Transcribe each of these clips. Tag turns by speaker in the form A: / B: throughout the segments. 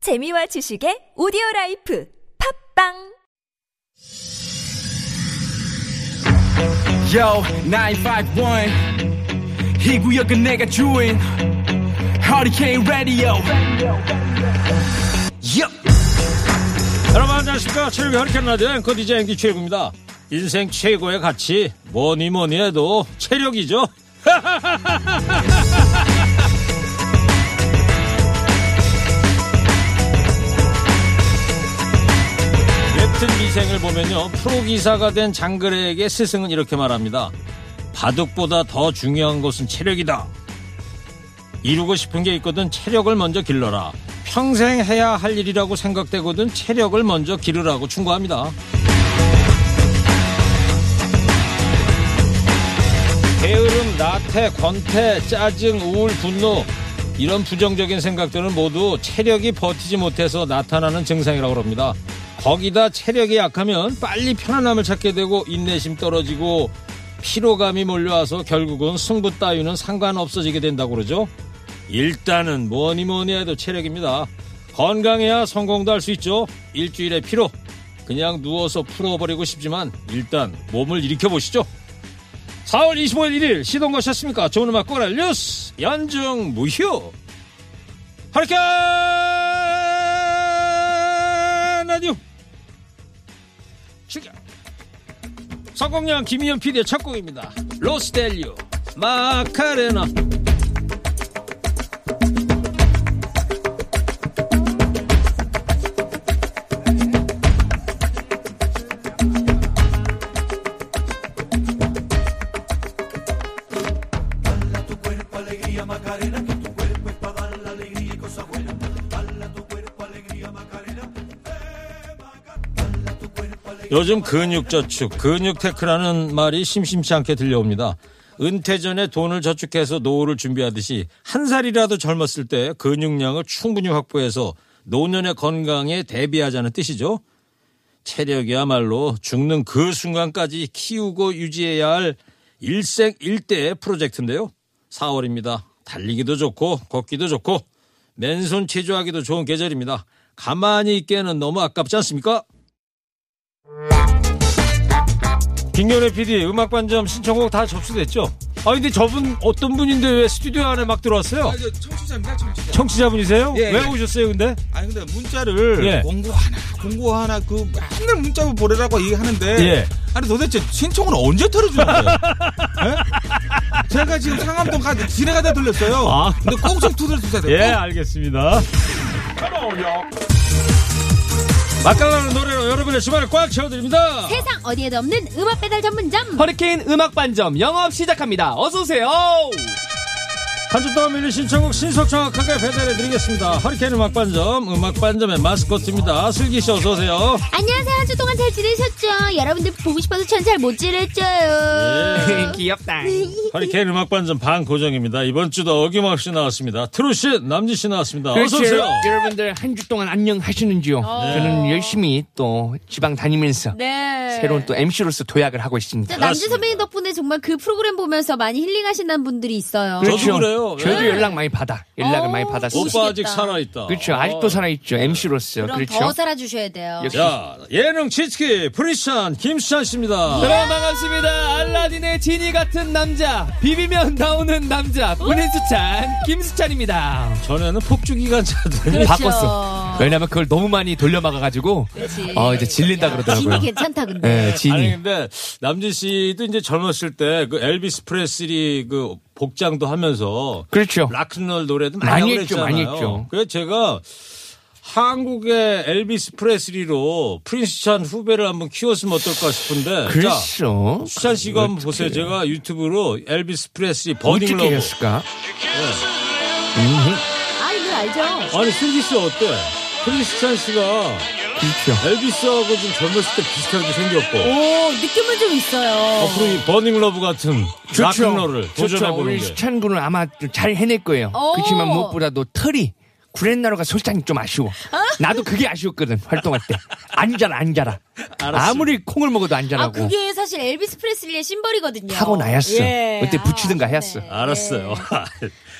A: 재미와 지식의 오디오 라이프 팝빵
B: Yo, 951. 이 구역은 내가 주인. Hurricane Radio. Yup.
C: 여러분 안녕하십니까 체육의 허리케인 라디오 앵커 DJ 앵디 최입입니다 인생 최고의 가치 뭐니 뭐니 해도 체력이죠 웹툰 미생을 보면요 프로기사가 된 장그래에게 스승은 이렇게 말합니다 바둑보다 더 중요한 것은 체력이다 이루고 싶은 게 있거든 체력을 먼저 길러라. 평생 해야 할 일이라고 생각되거든 체력을 먼저 기르라고 충고합니다. 게으름, 나태, 권태, 짜증, 우울, 분노 이런 부정적인 생각들은 모두 체력이 버티지 못해서 나타나는 증상이라고 합니다. 거기다 체력이 약하면 빨리 편안함을 찾게 되고 인내심 떨어지고 피로감이 몰려와서 결국은 승부 따위는 상관없어지게 된다고 그러죠. 일단은 뭐니 뭐니 해도 체력입니다. 건강해야 성공도 할 수 있죠. 일주일의 피로 그냥 누워서 풀어버리고 싶지만 일단 몸을 일으켜 보시죠. 4월 25일 1일 시동 거셨습니까? 좋은 음악 꼬라 뉴스 연중 무휴 허리케인 라디오 출격 성공량 김희연 PD의 첫 곡입니다 로스델류 마카레나 요즘 근육 저축, 근육 테크라는 말이 심심치 않게 들려옵니다. 은퇴 전에 돈을 저축해서 노후를 준비하듯이 한 살이라도 젊었을 때 근육량을 충분히 확보해서 노년의 건강에 대비하자는 뜻이죠. 체력이야말로 죽는 그 순간까지 키우고 유지해야 할 일생 일대의 프로젝트인데요. 4월입니다. 달리기도 좋고 걷기도 좋고 맨손 체조하기도 좋은 계절입니다. 가만히 있기에는 너무 아깝지 않습니까? 김경래 PD 음악 반점 신청곡 다 접수됐죠? 아 근데 저분 어떤 분인데 왜 스튜디오 안에 막 들어왔어요?
D: 아, 저 청취자입니다, 청취자.
C: 청취자분이세요?
D: 예,
C: 왜
D: 예.
C: 오셨어요 근데?
D: 아니 근데 문자를
C: 예.
D: 공고 하나, 공고 하나 그 맨날 문자 보내라고 얘기하는데
C: 예.
D: 아니 도대체 신청은 언제 털어주는 거예요? 예? 제가 지금 상암동 가 지네가다 들렸어요.
C: 아.
D: 근데 꼭 좀 두드려주세요.
C: 예
D: 꼭.
C: 알겠습니다 맛깔나는 노래로 여러분의 주말을 꽉 채워드립니다
E: 세상 어디에도 없는 음악 배달 전문점
F: 허리케인 음악 반점 영업 시작합니다. 어서 오세요.
C: 한 주 동안 밀린 신청곡 신속 정확하게 배달해드리겠습니다 허리케인 음악 반점 음악 반점의 마스코트입니다 슬기씨 어서오세요
E: 안녕하세요 한 주 동안 잘 지내셨죠 여러분들 보고 싶어서 전 잘 못 지냈죠요
F: 네. 귀엽다.
C: 허리케인 음악 반점 반 고정입니다 이번 주도 어김없이 나왔습니다 트루씨 남진씨 나왔습니다 어서오세요
F: 여러분들 한 주 동안 안녕하시는지요? 저는 열심히 또 지방 다니면서
E: 어. 네
F: 새로운 또 MC로서 도약을 하고
E: 진짜
F: 있습니다.
E: 남진 선배님 덕분에 정말 그 프로그램 보면서 많이 힐링하신다는 분들이 있어요
F: 그렇죠.
C: 저도 그래요.
F: 저도
C: 네.
F: 연락 많이 받아. 연락을
E: 어,
F: 많이 받았어요.
E: 오빠.
C: 오빠
E: 오시겠다.
C: 아직 살아있다
F: 그렇죠. 아직도 살아있죠. MC로서.
E: 그럼
F: 그렇죠.
E: 더 살아주셔야 돼요
F: 역시.
C: 자, 예능 치트키 프리찬 김수찬 씨입니다.
F: 여러분 반갑습니다. 알라딘의 지니 같은 남자. 비비면 나오는 남자. 문해수찬 김수찬입니다.
C: 전에는 폭주기관차들.
F: 네.
E: 그렇죠.
F: 바꿨어. 왜냐면 그걸 너무 많이 돌려막아가지고
E: 그렇지.
F: 어 이제 질린다
E: 진이
F: 그러더라고요.
E: 괜찮다 근데
F: 예, 진이.
C: 아니 근데 남진 씨도 이제 젊었을 때 그 엘비스 프레슬리 그 복장도 하면서
F: 그렇죠.
C: 락큰롤 노래도
F: 많이
C: 많이
F: 했죠,
C: 했잖아요.
F: 많이 했죠.
C: 그래서 제가 한국의 엘비스 프레슬리로 프린스찬 후배를 한번 키웠으면 어떨까 싶은데 자,
F: 그렇죠.
C: 수찬 씨가 한번 보세요. 제가 유튜브로 엘비스 프레슬리 버닝
F: 어떻게
C: 러브.
F: 했을까?
E: 아 이거 알죠
C: 아니 슬기 씨 어때? 프린스찬 씨가
F: 그렇죠.
C: 엘비스하고 좀 젊었을 때 비슷하게 생겼고
E: 오 느낌은 좀 있어요
C: 앞으로 이 버닝 러브 같은
F: 좋죠.
C: 락큰롤을
F: 좋죠.
C: 도전해 보는
F: 그렇죠. 우리
C: 게
F: 수찬군은 아마 좀잘 해낼 거예요.
E: 오.
F: 그렇지만 무엇보다도 털이
G: 구렛나루가 솔직히 좀 아쉬워. 나도 그게 아쉬웠거든 활동할 때. 안 자라 안 자라. 아무리 콩을 먹어도 안
E: 아,
G: 자라고.
E: 그게 사실 엘비스 프레슬리의 심벌이거든요.
G: 하고 나였어.
E: 예.
G: 그때 붙이든가
E: 아,
G: 해였어.
E: 네.
C: 알았어요. 아,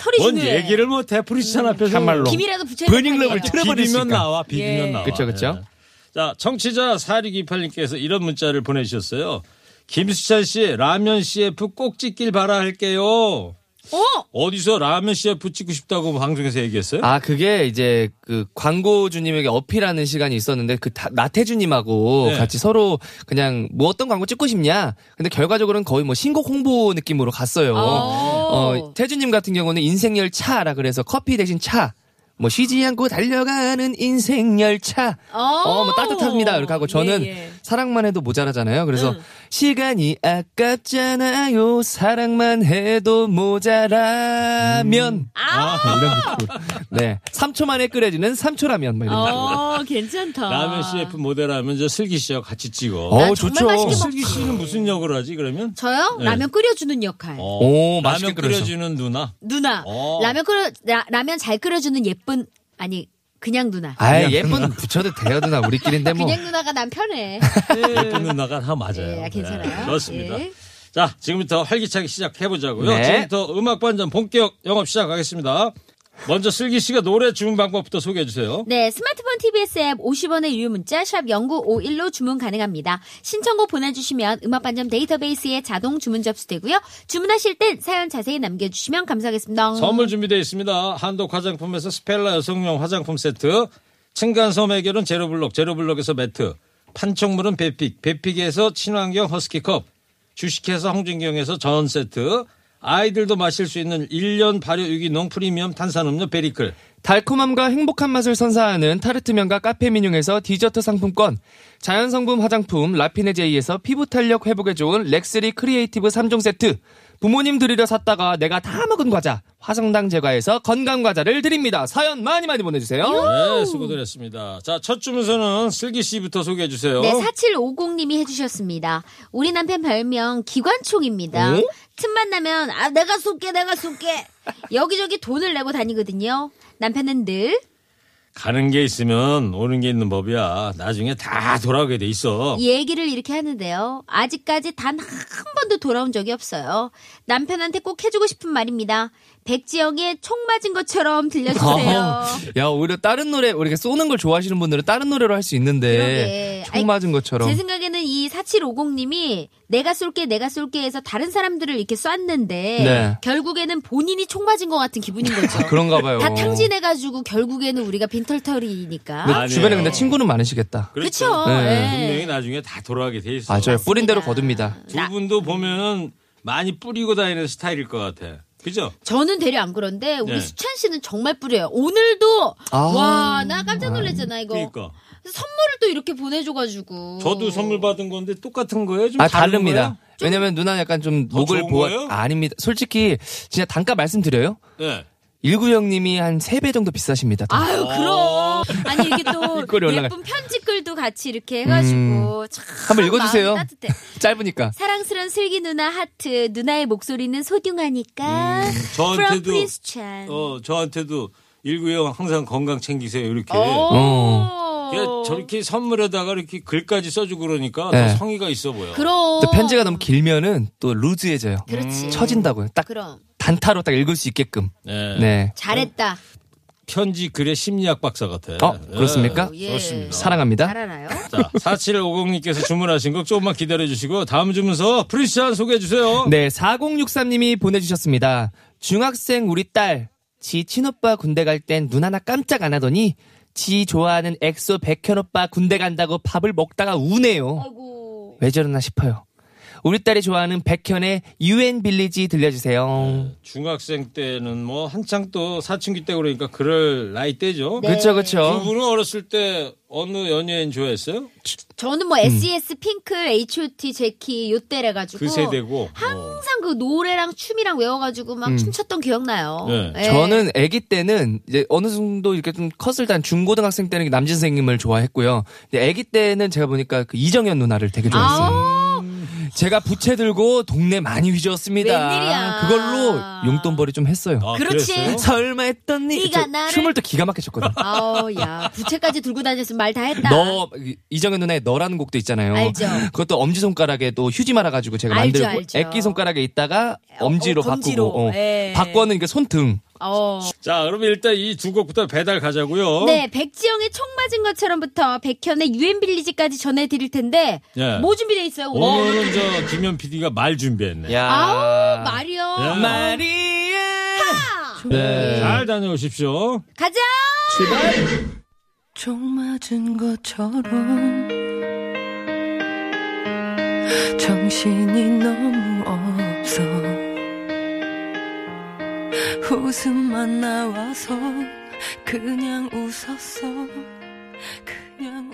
E: 털이
C: 뭔
E: 중요해.
C: 얘기를 못해 프리시찬 앞에서
G: 참말로.
E: 네. 김이라도 붙여야
G: 버닝럽을
E: 될거 아니에요.
C: 비비면
G: 틀어버렸으니까.
C: 나와 비비면
E: 예.
C: 나와.
G: 그쵸, 그쵸.
C: 예. 자 청취자 4628님께서 이런 문자를 보내주셨어요. 김수찬 씨 라면 CF 꼭 찍길 바라 할게요.
E: 어?
C: 어디서 라면 CF 찍고 싶다고 방송에서 얘기했어요?
F: 아 그게 이제 그 광고주님에게 어필하는 시간이 있었는데 그 다- 나태주님하고
C: 네.
F: 같이 서로 그냥 뭐 어떤 광고 찍고 싶냐 근데 결과적으로는 거의 뭐 신곡 홍보 느낌으로
E: 아.
F: 갔어요. 어, 태주님 같은 경우는 인생 열차라 그래서 커피 대신 차. 뭐 쉬지 않고 달려가는 인생 열차. 어, 뭐 따뜻합니다. 이렇게 하고 저는
E: 예, 예.
F: 사랑만 해도 모자라잖아요. 그래서 시간이 아깝잖아요. 사랑만 해도 모자라면
C: 음.
E: 아,
F: 네. 3초 만에 끓여지는 3초라면 뭐 이런 거.
E: 어, 괜찮다.
C: 라면 CF 모델하면 이제 슬기 씨와 같이 찍어.
F: 어,
E: 난 정말 맛있게 먹-
C: 슬기 씨는 무슨 역을 하지 그러면?
E: 저요?
C: 네.
E: 라면 끓여주는 역할.
C: 어,
F: 오, 맛있게
C: 라면
F: 끓여서.
C: 끓여주는 누나.
E: 누나.
C: 어.
E: 라면 끓여, 라, 라면 잘 끓여주는 예쁜, 아니, 그냥 누나.
F: 아, 예쁜 붙여도 돼요, 누나. 우리끼리인데 뭐.
E: 그냥 누나가 난 편해.
C: 예쁜 누나가 다 맞아요.
E: 예, 괜찮아요.
C: 네, 그렇습니다.
E: 예.
C: 자, 지금부터 활기차게 시작해보자고요.
F: 네.
C: 지금부터 음악반전 본격 영업 시작하겠습니다. 먼저 슬기 씨가 노래 주문 방법부터 소개해주세요.
E: 네, 스마트폰 TBS 앱 50원의 유료 문자 샵 0951로 주문 가능합니다. 신청곡 보내주시면 음악반점 데이터베이스에 자동 주문 접수되고요. 주문하실 땐 사연 자세히 남겨주시면 감사하겠습니다.
C: 선물 준비되어 있습니다. 한독 화장품에서 스펠라 여성용 화장품 세트, 층간소음 해결은 제로블록, 제로블록에서 매트, 판촉물은 베픽, 베픽에서 친환경 허스키컵, 주식회사 홍진경에서 전 세트, 아이들도 마실 수 있는 1년 발효 유기농 프리미엄 탄산음료 베리클,
F: 달콤함과 행복한 맛을 선사하는 타르트면과 카페민용에서 디저트 상품권. 자연성분 화장품 라피네제이에서 피부 탄력 회복에 좋은 렉스리 크리에이티브 3종 세트. 부모님 드리려 샀다가 내가 다 먹은 과자. 화성당 제과에서 건강 과자를 드립니다. 사연 많이 많이 보내주세요.
C: 네, 수고들 했습니다. 자, 첫 주문서는 슬기 씨부터 소개해 주세요.
E: 네, 4750님이 해주셨습니다. 우리 남편 별명
C: 어?
E: 기관총입니다. 틈만 나면, 아, 내가 쏠게, 내가 쏠게. 여기저기 돈을 내고 다니거든요. 남편은 늘,
C: 가는 게 있으면 오는 게 있는 법이야. 나중에 다 돌아오게 돼 있어.
E: 이 얘기를 이렇게 하는데요. 아직까지 단 한 번도 돌아온 적이 없어요. 남편한테 꼭 해주고 싶은 말입니다. 백지영의 총 맞은 것처럼 들려주세요.
F: 어, 야, 오히려 다른 노래, 이렇게 쏘는 걸 좋아하시는 분들은 다른 노래로 할 수
E: 그러게.
F: 있는데.
E: 아이,
F: 총 맞은 것처럼.
E: 제 생각에는 이 4750님이 내가 쏠게 내가 쏠게 해서 다른 사람들을 이렇게 쐈는데
F: 네. 아,
E: 결국에는 본인이 총 맞은 것 같은 기분인 거죠.
F: 그런가 봐요.
E: 다 탕진해가지고 결국에는 우리가 빈털털이니까.
F: 근데
C: 아니에요.
F: 주변에 근데 친구는 많으시겠다.
E: 그렇죠.
F: 네.
C: 분명히 나중에 다 돌아가게 돼 있어.
F: 맞아요. 뿌린 대로
E: 맞습니다.
F: 거둡니다.
C: 두 분도 보면은 많이 뿌리고 다니는 스타일일 것 같아. 그죠?
E: 저는 되려 안 그런데 우리
C: 네.
E: 수찬 씨는 정말 뿌려요. 오늘도
F: 아.
E: 와 나 깜짝 놀랐잖아 이거. 뭐
C: 그러니까.
E: 선물을 또 이렇게 보내줘가지고.
C: 저도 선물 받은 건데 똑같은 거예요? 좀
F: 아
C: 다른
F: 다릅니다. 왜냐면 누나 약간 좀
C: 더
F: 목을
C: 좋은
F: 보아
C: 거예요?
F: 아, 아닙니다. 솔직히 진짜 단가 말씀드려요.
C: 거예요? 네.
F: 일구 형님이 한 세 배 정도 비싸십니다. 더.
E: 아유 그럼 아니 이게 또
F: 입꼬리 올라가.
E: 예쁜
F: 음.
E: 편지글도 같이 이렇게 해가지고 참
F: 한번 읽어주세요.
E: 마음이 따뜻해.
F: 짧으니까.
E: 사랑스런 슬기 누나 하트 누나의 목소리는 소중하니까 프롬
C: 음, 저한테도
E: 프린스찬
C: 어, 저한테도 일구형 항상 건강 챙기세요. 이렇게.
E: 어.
C: 그냥 네. 어. 저렇게 선물에다가 이렇게 글까지 써주고 그러니까
F: 네.
C: 더 성의가 있어 보여.
E: 그럼
F: 또 편지가 너무 길면은 또 루즈해져요.
E: 그렇지.
F: 처진다고요. 딱
E: 그럼
F: 단타로 딱 읽을 수 있게끔.
C: 네.
F: 네.
E: 잘했다
C: 편지 글의 심리학 박사 같아. 네.
F: 어 그렇습니까?
E: 예.
F: 사랑합니다.
E: 잘하나요?
C: 자, 4750님께서 주문하신 거 조금만 기다려주시고, 다음 주문서 프리시안 소개해주세요.
F: 네, 4063님이 보내주셨습니다. 중학생 우리 딸, 지 친오빠 군대 갈 땐 눈 하나 깜짝 안 하더니, 지 좋아하는 엑소 백현 오빠 군대 간다고 밥을 먹다가 우네요. 왜 저러나 싶어요. 우리 딸이 좋아하는 백현의 UN 빌리지 들려주세요.
C: 중학생 때는 뭐 한창 또 사춘기 때 그러니까 그럴 나이 때죠.
E: 네.
F: 그쵸,
C: 네. 두
F: 그쵸.
C: 분은 어렸을 때 어느 연예인 좋아했어요?
E: 저는
F: 음.
E: 뭐 SES 핑클 H.O.T 제키 요때래 가지고
C: 그 세대고. 어.
E: 항상 그 노래랑 춤이랑 외워가지고 막 춤췄던 기억나요.
C: 네.
E: 예.
F: 음. 저는 아기 때는 이제 어느 정도 이렇게 좀 컸을 때 한 중고등학생 때는 남진 선생님을 좋아했고요. 근데 아기 때는 제가 보니까 그 이정현 누나를 되게 좋아했어요.
E: 아,
F: 제가 부채 들고 동네 많이 휘저었습니다.
E: 웬일이야.
F: 그걸로 용돈벌이 좀 했어요.
C: 아,
E: 그렇지.
C: 그랬어요?
F: 설마 했더니
E: 네가
F: 저
E: 나를-
F: 춤을 또 기가 막히게 췄거든.
E: 아우 야 부채까지 들고 다녔으면 말 다 했다.
F: 너 이정현 누나의 너라는 곡도 있잖아요.
E: 알죠.
F: 그것도 엄지 손가락에 또 휴지 말아가지고 제가
E: 알죠,
F: 만들고
E: 알죠.
F: 액기 손가락에 있다가 엄지로
E: 어, 검지로.
F: 바꾸고 어.
E: 예.
F: 바꿔는 그 손등.
E: 어.
C: 자, 그러면 일단 이 두 곡부터 배달 가자고요.
E: 네, 백지영의 총 맞은 것처럼부터 백현의 유엔 빌리지까지 전해드릴 텐데
C: 예.
E: 뭐 준비돼 있어요? 오늘?
C: 오늘은 저 김현 PD가 말 준비했네.
F: 야.
E: 아우 말이요.
C: 야.
F: 마리아.
C: 네. 잘 다녀오십시오.
E: 가자.
H: 총 맞은 것처럼 정신이 너무 없어 웃음만 나와서 그냥 웃었어 그냥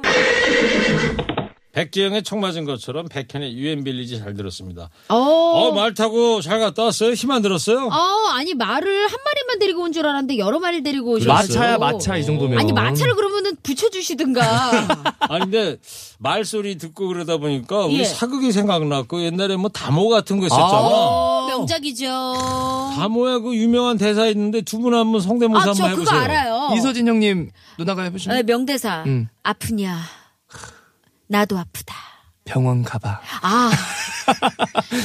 H: 웃었어
C: 백지영의 총 맞은 것처럼 백현의 유엔 빌리지 잘 들었습니다.
E: 어.
C: 어, 말 타고 잘 갔다 왔어요? 힘 안 들었어요?
E: 어, 아니 말을 한 마리만 데리고 온 줄 알았는데 여러 마리 데리고
C: 그렇죠.
E: 오셨어요.
F: 마차야 마차 이 정도면.
E: 아니 마차를 그러면은 붙여주시든가.
C: 어. 아니, 근데 말소리 듣고 그러다 보니까 우리
E: 예.
C: 사극이 생각났고 옛날에 뭐 다모 같은 거 있었잖아.
E: 어, 명작이죠.
C: 다모야 그 유명한 대사 있는데 두 분 한 번 성대모사
E: 아,
C: 한번
E: 저
C: 해보세요.
E: 그거 알아요.
F: 이서진 형님 누나가 해보시면
E: 네, 명대사. 아프냐? 나도 아프다.
F: 병원 가봐.
E: 아,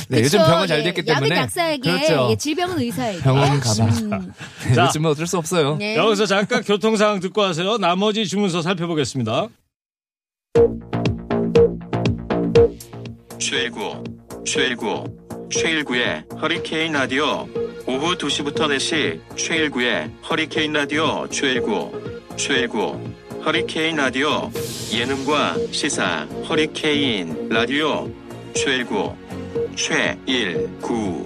F: 네,
E: 그쵸?
F: 요즘 병원 잘
E: 예,
F: 됐기 때문에
E: 약은 약사에게,
F: 그렇죠.
E: 예, 질병은 의사에게. 음,
F: 병원 가봐. 네,
C: 자.
F: 요즘은 어쩔 수 없어요.
E: 네.
C: 여기서 잠깐 교통 상황 듣고 하세요. 나머지 주문서 살펴보겠습니다.
I: 최일구, 최일구, 최일구의 허리케인 라디오. 오후 2시부터 4시, 최일구의 허리케인 라디오, 최일구, 최일구, 허리케인 라디오. 예능과 시사, 허리케인 라디오, 최일구, 최일구,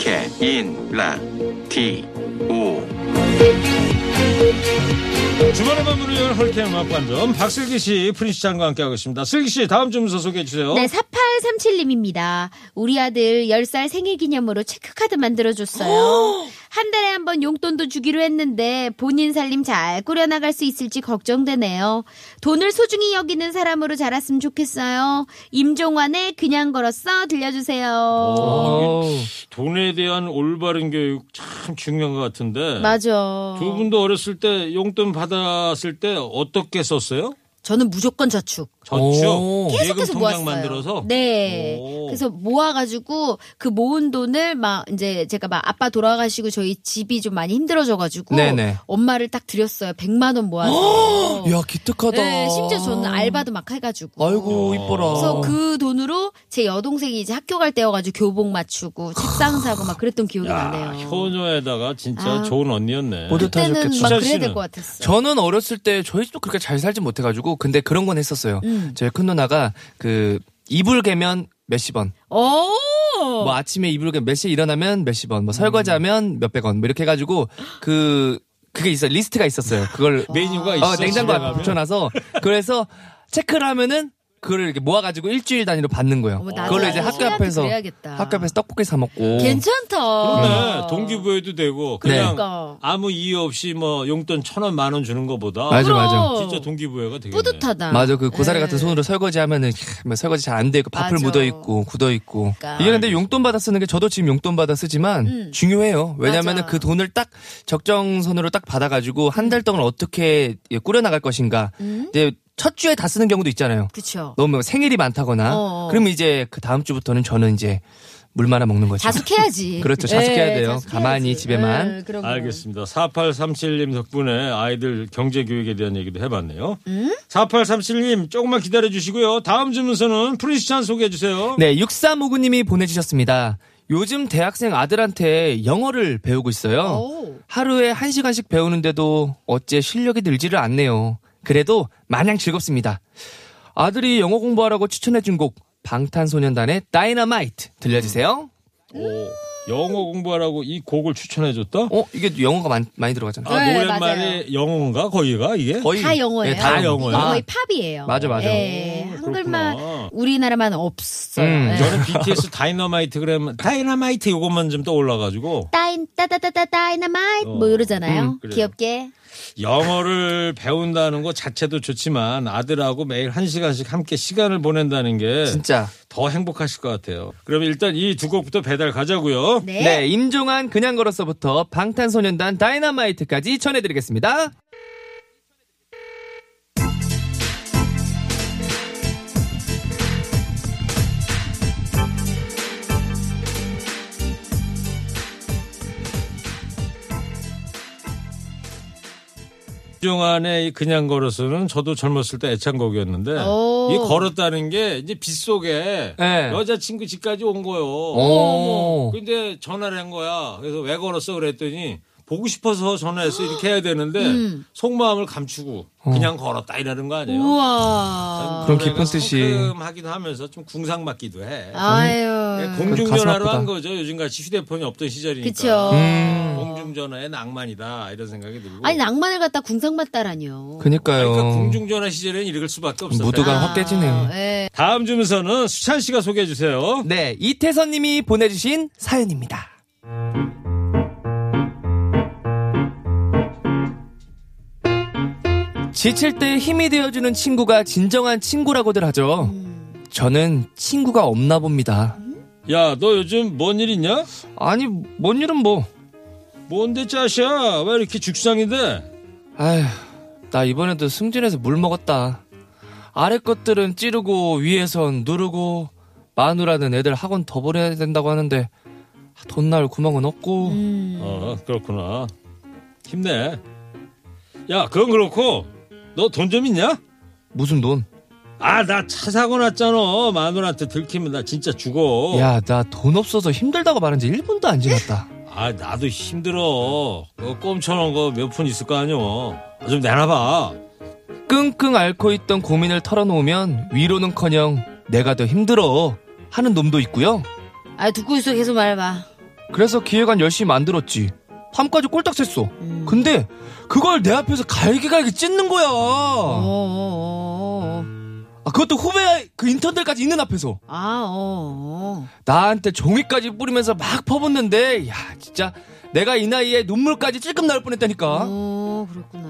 I: 허리케인 라디오.
C: 주말에 만문을 열 헐케인 음악 관점 박슬기 씨, 프린스 장과 함께하고 있습니다. 슬기 씨, 다음 주문서 소개해 주세요.
E: 네, 4837님입니다. 우리 아들 10살 생일 기념으로 체크카드 만들어줬어요. 한 달에 한 번 용돈도 주기로 했는데 본인 살림 잘 꾸려나갈 수 있을지 걱정되네요. 돈을 소중히 여기는 사람으로 자랐으면 좋겠어요. 임종환의 그냥 걸었어 들려주세요.
F: 어우,
C: 돈에 대한 올바른 교육 참 중요한 것 같은데.
E: 맞아.
C: 두 분도 어렸을 때 용돈 받았을 때 어떻게 썼어요?
E: 저는 무조건 저축.
C: 저축.
F: 오.
C: 예금
E: 계속해서 모았어요.
C: 통장 만들어서.
E: 네.
C: 오.
E: 그래서 모아가지고 그 모은 돈을 막 이제 제가 막 아빠 돌아가시고 저희 집이 좀 많이 힘들어져가지고
F: 네네.
E: 엄마를 딱 드렸어요. 100만 원 모아서.
F: 야 기특하다.
E: 네, 심지어 저는 알바도 막 해가지고.
F: 아이고 이뻐라.
E: 그래서 그 돈으로 제 여동생이 이제 학교 갈 때여가지고 교복 맞추고 책상 사고 막 그랬던 기억이 나네요.
C: 아. 효녀에다가 진짜
E: 아.
C: 좋은 언니였네.
F: 뿌듯하셨겠죠.
E: 그때는 막
C: 수잔
E: 그래야 될
C: 씨는?
E: 것 같았어.
F: 저는 어렸을 때 저희 집도 그렇게 잘 살지 못해가지고 근데 그런 건 했었어요.
E: 음.
F: 저희 큰 누나가 그 이불 개면 몇십 원,
E: 오!
F: 뭐 아침에 이불 개면 몇 시에 일어나면 몇십 원, 뭐 설거지하면 몇백 원, 뭐 이렇게 해가지고 그 그게 있어 리스트가 있었어요. 그걸
C: 메뉴가 있어.
F: 어,
C: 집에
F: 냉장고 앞에
C: 가면.
F: 붙여놔서 그래서 체크를 하면은 그거를 이렇게 모아가지고 일주일 단위로 받는 거예요.
E: 어머, 나도
F: 그걸로 이제 학교
E: 신랑한테
F: 앞에서
E: 그래야겠다.
F: 학교 앞에서 떡볶이 사 먹고
E: 괜찮다. 음.
C: 네, 동기부여도 되고 그냥
E: 아. 그러니까.
C: 아무 이유 없이 뭐 용돈 천 원 만 원 주는 것보다
F: 맞아 맞아.
E: 그럼.
C: 진짜 동기부여가 되겠네.
E: 뿌듯하다.
F: 맞아 그 고사리
E: 네.
F: 같은 손으로 설거지 하면은 뭐 설거지 잘 안 되고 밥풀
E: 맞아.
F: 묻어 있고 굳어 있고
E: 그러니까. 음.
F: 이게 근데 용돈 받아 쓰는 게 저도 지금 용돈 받아 쓰지만 중요해요 왜냐면은
E: 맞아. 음.
F: 그 돈을 딱 적정선으로 딱 받아가지고 한 달 동안 어떻게 꾸려 나갈 것인가 이제 첫 주에 다 쓰는 경우도 있잖아요
E: 그쵸.
F: 너무 생일이 많다거나
E: 어어.
F: 그럼 이제 그 다음 주부터는 저는 이제 물 말아 먹는 거죠
E: 자숙해야지. 네,
F: 그렇죠, 자숙해야 돼요.
E: 자숙해야지.
F: 가만히 집에만.
E: 예, 그럼.
C: 알겠습니다. 4837님 덕분에 아이들 경제 교육에 대한 얘기도 해봤네요. 4837님 조금만 기다려 주시고요. 다음 주문서는 프린스찬 소개해 주세요.
F: 네, 6359님이 보내주셨습니다. 요즘 대학생 아들한테 영어를 배우고 있어요.
E: 오.
F: 하루에 한시간씩 배우는데도 어째 실력이 늘지를 않네요. 그래도 마냥 즐겁습니다. 아들이 영어 공부하라고 추천해준 곡 방탄소년단의 다이너마이트 들려주세요.
C: 오, 영어 공부하라고 이 곡을 추천해 줬다.
F: 어, 이게 영어가 많, 많이 들어가잖아.
C: 아,
E: 네,
C: 노랫말이 영어인가 거기가 이게?
F: 거의
E: 아, 다 영어예요.
F: 예, 다
C: 영어예요.
E: 이거
F: 아,
E: 거의 팝이에요.
F: 맞아, 맞아.
E: 예,
C: 그렇구나.
E: 한글만 우리나라만 없어요.
F: 음,
E: 예.
C: 저는 BTS 다이너마이트 그러면 다이너마이트 요것만 좀 떠올라가지고
F: 어.
E: 다인 따다다다 다이너마이트 뭐 이러잖아요.
F: 음,
C: 그래요.
E: 귀엽게.
C: 영어를 배운다는 것 자체도 좋지만 아들하고 매일 한 시간씩 함께 시간을 보낸다는 게
F: 진짜
C: 더 행복하실 것 같아요. 그러면 일단 이 두 곡부터 배달 가자고요.
F: 네. 임종환 그냥 걸어서부터 방탄소년단 다이너마이트까지 전해드리겠습니다.
C: 임종환의 이 그냥 걸어서는 저도 젊었을 때 애창곡이었는데
J: 오.
C: 이 걸었다는 게 이제 빗속에
J: 네.
C: 여자친구 집까지 온 거예요.
J: 오.
C: 근데 전화를 한 거야. 그래서 왜 걸었어 그랬더니 보고 싶어서 전화했어 이렇게 해야 되는데
J: 음.
C: 속마음을 감추고 그냥 걸었다 이러는 거 아니에요.
E: 우와.
C: 그런
G: 어. 깊은 뜻이.
C: 하기도 하면서 좀 궁상 맞기도 해.
E: 아.
F: 음, 네,
E: 아유.
C: 공중전화로
G: 아프다.
C: 한 거죠. 요즘같이 휴대폰이 없던 시절이니까.
E: 그쵸.
F: 음.
C: 공중전화의 낭만이다 이런 생각이 들고.
E: 아니 낭만을 갖다 궁상맞다라뇨.
C: 아니,
G: 그러니까요.
C: 그러니까 공중전화 시절에는 읽을 수밖에 없었다.
G: 무드가 확 깨지네요.
E: 예.
C: 다음 주문서는 수찬 씨가 소개해 주세요.
F: 네, 이태선님이 보내주신 사연입니다. 지칠 때 힘이 되어주는 친구가 진정한 친구라고들 하죠. 저는 친구가 없나 봅니다.
C: 야, 너 요즘 뭔 일 있냐?
F: 아니, 뭔 일은 뭐.
C: 뭔데 짜샤? 왜 이렇게 죽상인데?
F: 아휴, 나 이번에도 승진해서 물 먹었다. 아래 것들은 찌르고, 위에선 누르고, 마누라는 애들 학원 더 보내야 된다고 하는데, 돈 날 구멍은 없고,
C: 어, 그렇구나. 힘내. 야, 그건 그렇고 너 돈 좀 있냐?
F: 무슨 돈?
C: 아, 나 차 사고 났잖아. 마누라한테 들키면 나 진짜 죽어.
F: 야, 나 돈 없어서 힘들다고 말한 지 1분도 안 지났다.
C: 아, 나도 힘들어. 그거 꼼쳐놓은 거 몇 푼 있을 거 아니오. 좀 내놔봐.
F: 끙끙 앓고 있던 고민을 털어놓으면 위로는커녕 내가 더 힘들어 하는 놈도 있고요.
E: 아 듣고 있어 계속 말해봐.
F: 그래서 기획안 열심히 만들었지. 밤까지 꼴딱 샜어.
E: 음.
F: 근데 그걸 내 앞에서 갈기갈기 찢는 거야.
E: 어,
F: 아, 그것도 후배 그 인턴들까지 있는 앞에서.
E: 아 어.
F: 나한테 종이까지 뿌리면서 막 퍼붓는데 야 진짜 내가 이 나이에 눈물까지 찔끔 나올 뻔했다니까.
E: 어 그렇구나.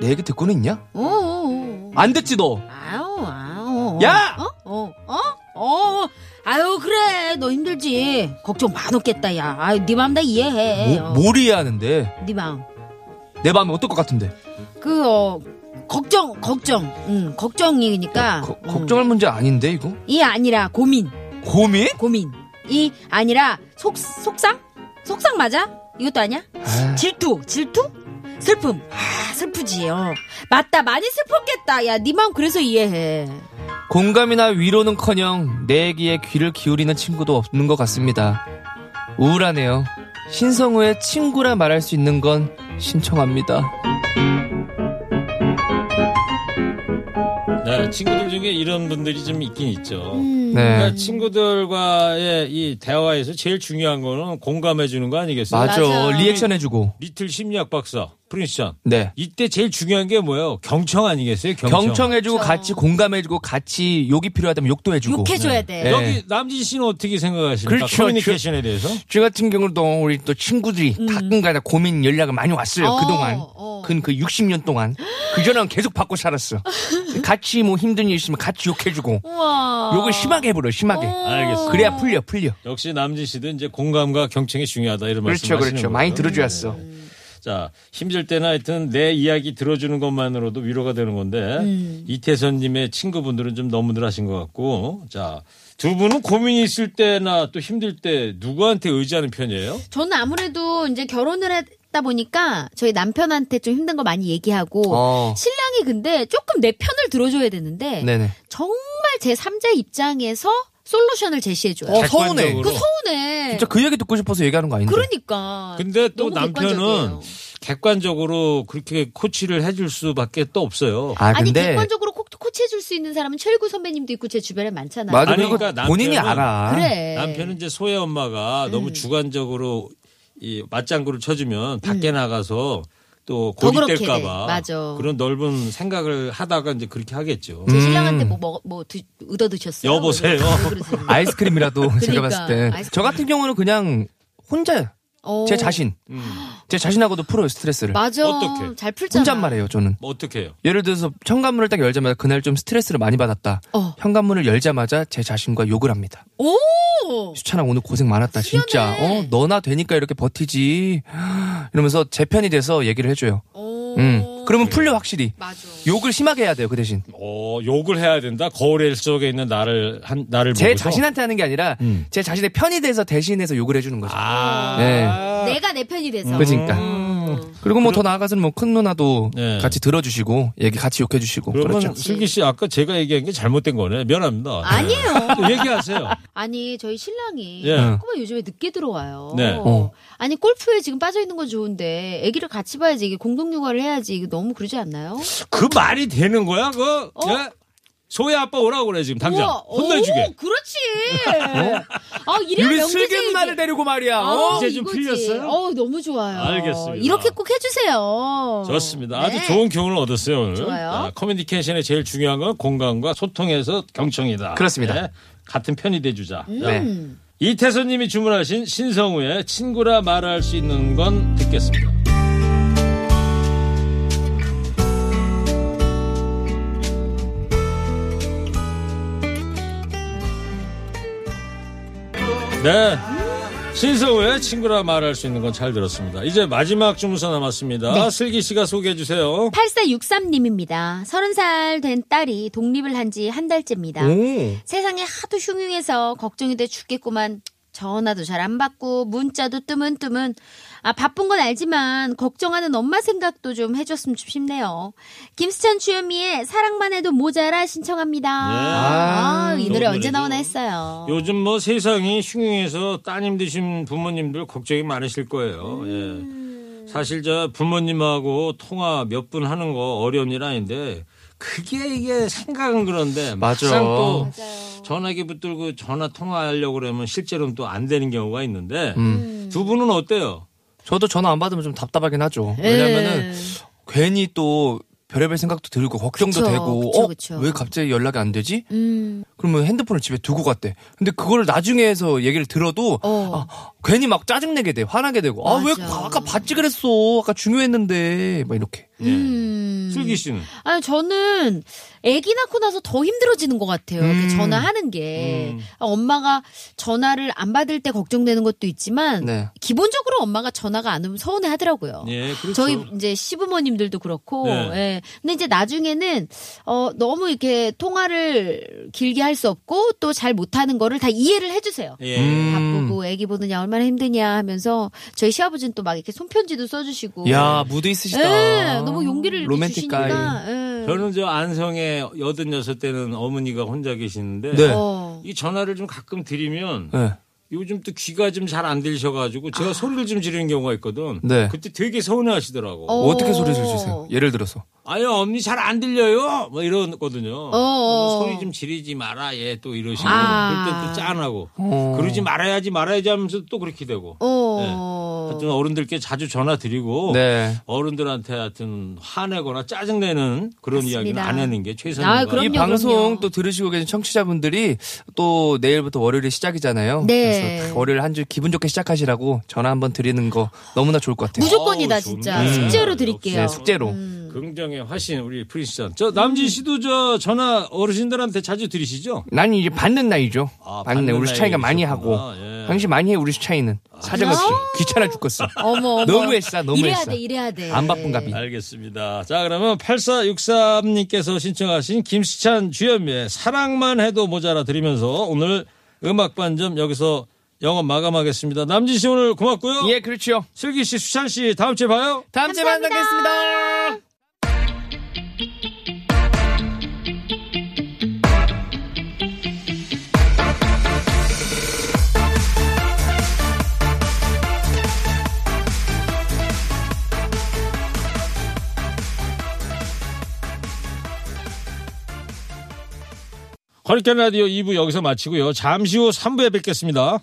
F: 내 얘기 듣고는 있냐?
E: 어. 어, 어.
F: 안 듣지 너.
E: 아우 아우.
F: 야!
E: 어? 어? 어? 어? 아유 그래 너 힘들지. 걱정 많았겠다 야. 아유 네 마음 다 이해해.
F: 뭐, 뭘 이해하는데?
E: 어, 네 마음.
F: 내 마음이 어떨 것 같은데?
E: 그 어. 걱정 걱정. 응 걱정이니까.
F: 어, 거- 걱정할 문제 아닌데 이거?
E: 이 아니라 고민.
F: 고민?
E: 고민. 이 아니라 속 속상? 속상 맞아? 이것도 아니야? 질투, 질투? 슬픔. 아, 슬프지요. 맞다, 많이 슬펐겠다. 야, 네 마음 그래서 이해해.
F: 공감이나 위로는커녕 내 얘기에 귀를 기울이는 친구도 없는 것 같습니다. 우울하네요. 신성우의 친구라 말할 수 있는 건 신청합니다.
C: 네, 친구들 중에 이런 분들이 좀 있긴 있죠.
F: 네.
C: 그러니까 친구들과의 이 대화에서 제일 중요한 거는 공감해 주는 거 아니겠어요?
F: 맞아. 리액션 해주고.
C: 리틀 심리학 박사 프린스찬.
F: 네.
C: 이때 제일 중요한 게 뭐예요? 경청 아니겠어요? 경청.
F: 경청해주고 같이 공감해주고 같이 욕이 필요하다면 욕도 해주고.
E: 욕해줘야 돼.
F: 네.
C: 여기 남진 씨는 어떻게 생각하십니까?
F: 그렇죠.
C: 커뮤니케이션에 대해서?
F: 저 같은 경우도 우리 또 친구들이 가끔가다 고민 연락을 많이 왔어요.
E: 음. 어,
F: 그동안. 근 그 60년 동안. 그전엔 계속 받고 살았어. 같이 뭐 힘든 일 있으면 같이 욕해주고.
E: 우와. 어.
F: 욕을 심하게 해버려, 심하게.
C: 알겠습니다.
F: 어. 그래야 풀려, 풀려.
C: 역시 남진 씨도 이제 공감과 경청이 중요하다 이런 말씀
F: 그렇죠,
C: 하시는
F: 그렇죠. 많이
C: 거죠.
F: 들어줘야어
C: 자, 힘들 때나 하여튼 내 이야기 들어주는 것만으로도 위로가 되는 건데,
E: 음.
C: 이태선님의 친구분들은 좀 너무들 하신 것 같고, 자, 두 분은 고민이 있을 때나 또 힘들 때 누구한테 의지하는 편이에요?
E: 저는 아무래도 이제 결혼을 했다 보니까 저희 남편한테 좀 힘든 거 많이 얘기하고
F: 어.
E: 신랑이 근데 조금 내 편을 들어줘야 되는데
F: 네네.
E: 정말 제 3자의 입장에서 솔루션을 제시해줘요.
F: 어, 서운해.
E: 그 서운해.
F: 진짜 그 얘기 듣고 싶어서 얘기하는 거 아닌데.
E: 그러니까.
C: 근데 또
E: 너무
C: 남편은
E: 객관적이에요.
C: 객관적으로 그렇게 코치를 해줄 수밖에 또 없어요.
F: 아,
E: 아니
F: 근데.
E: 객관적으로 코, 코치해줄 수 있는 사람은 최일구 선배님도 있고 제 주변에 많잖아요.
F: 맞아, 그리고
C: 그러니까
F: 본인이 알아.
E: 그래.
C: 남편은 이제 소혜 엄마가
E: 음.
C: 너무 주관적으로 이 맞장구를 쳐주면 밖에 나가서 또
E: 음. 더 그렇게 돼.
C: 고립될까봐
E: 맞아.
C: 그런 넓은 생각을 하다가 이제 그렇게 하겠죠.
F: 음.
E: 제 신랑한테 뭐, 먹- 뭐, 드- 얻어 드셨어요?
C: 여보세요.
E: 왜 그러세요?
F: 아이스크림이라도 제가
E: 그러니까,
F: 봤을 때.
E: 아이스크림.
F: 저 같은 경우는 그냥 혼자
E: 오.
F: 제 자신.
C: 음.
F: 제 자신하고도 풀어요, 스트레스를.
E: 어. 맞아. 어떡해? 잘 풀잖아.
F: 혼잣말해요, 저는.
C: 어떻게 해요?
F: 예를 들어서 현관문을 딱 열자마자 그날 좀 스트레스를 많이 받았다.
E: 어.
F: 현관문을 열자마자 제 자신과 욕을 합니다.
E: 오!
F: 수찬아 오늘 고생 많았다 진짜. 어 너나 되니까 이렇게 버티지. 이러면서 제 편이 돼서 얘기를 해줘요.
E: 어.
F: 음 그러면 풀려 확실히.
E: 맞아.
F: 욕을 심하게 해야 돼요 그 대신.
C: 어, 욕을 해야 된다. 거울에 속에 있는 나를 한 나를
F: 제
C: 보고서?
F: 자신한테 하는 게 아니라
C: 음.
F: 제 자신의 편이 돼서 대신해서 욕을 해주는
C: 아,
F: 거죠. 네.
E: 내가 내 편이
C: 음.
E: 돼서.
F: 그러니까.
E: 음.
F: 그리고 뭐 더 나아가서는 뭐 큰 누나도 같이 들어주시고 얘기 같이 욕해주시고
C: 네. 그러면
F: 그렇죠.
C: 슬기 씨 아까 제가 얘기한 게 잘못된 거네. 미안합니다.
E: 아니에요.
C: 얘기하세요.
E: 아니 저희 신랑이
C: 예.
E: 자꾸만 요즘에 늦게 들어와요.
C: 네. 어.
E: 아니 골프에 지금 빠져 있는 건 좋은데 아기를 같이 봐야지 이게 공동 육아를 해야지 이거 너무 그러지 않나요?
C: 그 말이 되는 거야? 그 예? 소야 아빠 오라고 그래 지금 당장
E: 어? 우와,
C: 혼내주게. 어?
E: 오, 그렇지. 아 이래야
C: 유리
E: 명대지. 아,
C: 슬기는 나를
F: 데리고 말이야.
C: 어? 이제 좀 풀렸어요?
E: 어 너무 좋아요.
C: 알겠습니다.
E: 이렇게 꼭 해주세요.
C: 좋습니다.
E: 네.
C: 아주 좋은 교훈을 얻었어요 오늘.
E: 좋아요.
C: 아, 커뮤니케이션의 제일 중요한 건 공감과 소통에서 경청이다.
F: 그렇습니다.
C: 예? 같은 편이 돼주자.
F: 네.
E: 음.
C: 이태선님이 주문하신 신성우의 친구라 말할 수 있는 건 듣겠습니다. 네. 신성우의 친구라 말할 수 있는 건 잘 들었습니다. 이제 마지막 주문서 남았습니다.
E: 네.
C: 슬기 씨가 소개해 주세요.
E: 8463님입니다. 30살 된 딸이 독립을 한 지 한 달째입니다.
C: 오.
E: 세상에 하도 흉흉해서 걱정이 돼 죽겠구만. 전화도 잘 안 받고 문자도 뜨문뜨문. 아 바쁜 건 알지만 걱정하는 엄마 생각도 좀 해줬으면 좀 싶네요. 김수찬 주현미의 사랑만 해도 모자라 신청합니다. 아, 이 노래
C: 좋은
E: 언제
C: 예. 노래죠.
E: 나오나 했어요.
C: 요즘 뭐 세상이 흉흉해서 따님 드신 부모님들 걱정이 많으실 거예요.
E: 음.
C: 예. 사실 저 부모님하고 통화 몇 분 하는 거 어려운 일 아닌데 그게 이게 생각은 그런데
F: 맞아.
C: 막상 또 전화기 붙들고 전화 통화하려고 그러면 실제로는 또 안 되는 경우가 있는데
F: 음.
C: 두 분은 어때요?
F: 저도 전화 안 받으면 좀 답답하긴 하죠.
E: 예.
F: 왜냐면은 괜히 또 별의별 생각도 들고 걱정도
E: 그쵸,
F: 되고
E: 그쵸,
F: 어?
E: 그쵸.
F: 왜 갑자기 연락이 안 되지?
E: 음.
F: 그러면 핸드폰을 집에 두고 갔대. 근데 그걸 나중에 해서 얘기를 들어도 아, 괜히 막 짜증내게 돼. 화나게 되고. 아, 왜
E: 맞아.
F: 아까 받지 그랬어. 아까 중요했는데. 막 이렇게.
C: 예. 슬기 씨는?
E: 아 저는 아기 낳고 나서 더 힘들어지는 것 같아요. 이렇게
F: 음.
E: 전화하는 게
C: 음.
E: 아, 엄마가 전화를 안 받을 때 걱정되는 것도 있지만
F: 네.
E: 기본적으로 엄마가 전화가 안 오면 서운해하더라고요.
C: 예, 그렇죠.
E: 저희 이제 시부모님들도 그렇고,
C: 네.
E: 예. 근데 이제 나중에는 어 너무 이렇게 통화를 길게 할 수 없고 또 잘 못하는 거를 다 이해를 해주세요.
C: 예.
F: 음.
E: 바쁘고 아기 보느냐 얼마나 힘드냐 하면서 저희 시아버지는 또 막 이렇게 손편지도 써주시고.
F: 야, 무드 있으시다.
E: 어. 예, 너무 용기를 이렇게
C: 로맨틱
E: 주시니까.
C: 가이.
E: 예.
C: 저는 저 안성에 86때는 어머니가 혼자 계시는데
F: 네.
E: 어,
C: 이 전화를 좀 가끔 드리면
F: 네.
C: 요즘 또 귀가 좀 잘 안 들리셔가지고 제가 소리를 좀 지르는 경우가 있거든.
F: 아. 네.
C: 그때 되게 서운해하시더라고.
F: 어떻게 소리를 주세요? 예를 들어서.
C: 아니 엄니 잘 안 들려요? 뭐 이러거든요.
F: 어.
C: 소리 좀 지르지 마라 얘 또 이러시고
F: 아.
C: 그럴 땐또 짠하고
F: 어.
C: 그러지 말아야지 말아야지 하면서 또 그렇게 되고.
E: 어.
C: 하여튼 어른들께 자주 전화 드리고
F: 네.
C: 어른들한테 하여튼 화내거나 짜증내는 그런
F: 맞습니다.
C: 이야기는 안 하는 게 최선인
E: 아,
C: 것 같아요.
F: 이 방송 또 들으시고 계신 청취자분들이 또 내일부터 월요일이 시작이잖아요.
E: 네.
F: 그래서 다 월요일 한 주 기분 좋게 시작하시라고 전화 한번 드리는 거 너무나 좋을 것 같아요.
E: 무조건이다 음. 진짜.
F: 음.
E: 숙제로 드릴게요.
F: 네, 숙제로.
C: 긍정의 화신 우리 프린스전. 저 남진 씨도 저 전화 어르신들한테 자주 드리시죠?
F: 난 이제 받는 나이죠. 아, 받는 나이.
C: 받는
F: 우리 수차이가 많이 하고.
C: 예.
F: 당신 많이 해, 우리 수차이는. 사정없이. 귀찮아 죽겠어.
E: 어머, 어머.
F: 너무 했어, 너무
E: 이래야
F: 했어.
E: 돼, 이래야 돼.
F: 안 바쁜가 비.
C: 알겠습니다. 자, 그러면 8463님께서 신청하신 김수찬 주현미의 사랑만 해도 모자라 드리면서 오늘 음악반점 여기서 영업 마감하겠습니다. 남진 씨 오늘 고맙고요. 예,
F: 그렇죠.
C: 슬기 씨, 수찬 씨 다음 주에 봐요.
F: 다음 주에 만나겠습니다.
C: 허리케인 라디오 2부 여기서 마치고요. 잠시 후 3부에 뵙겠습니다.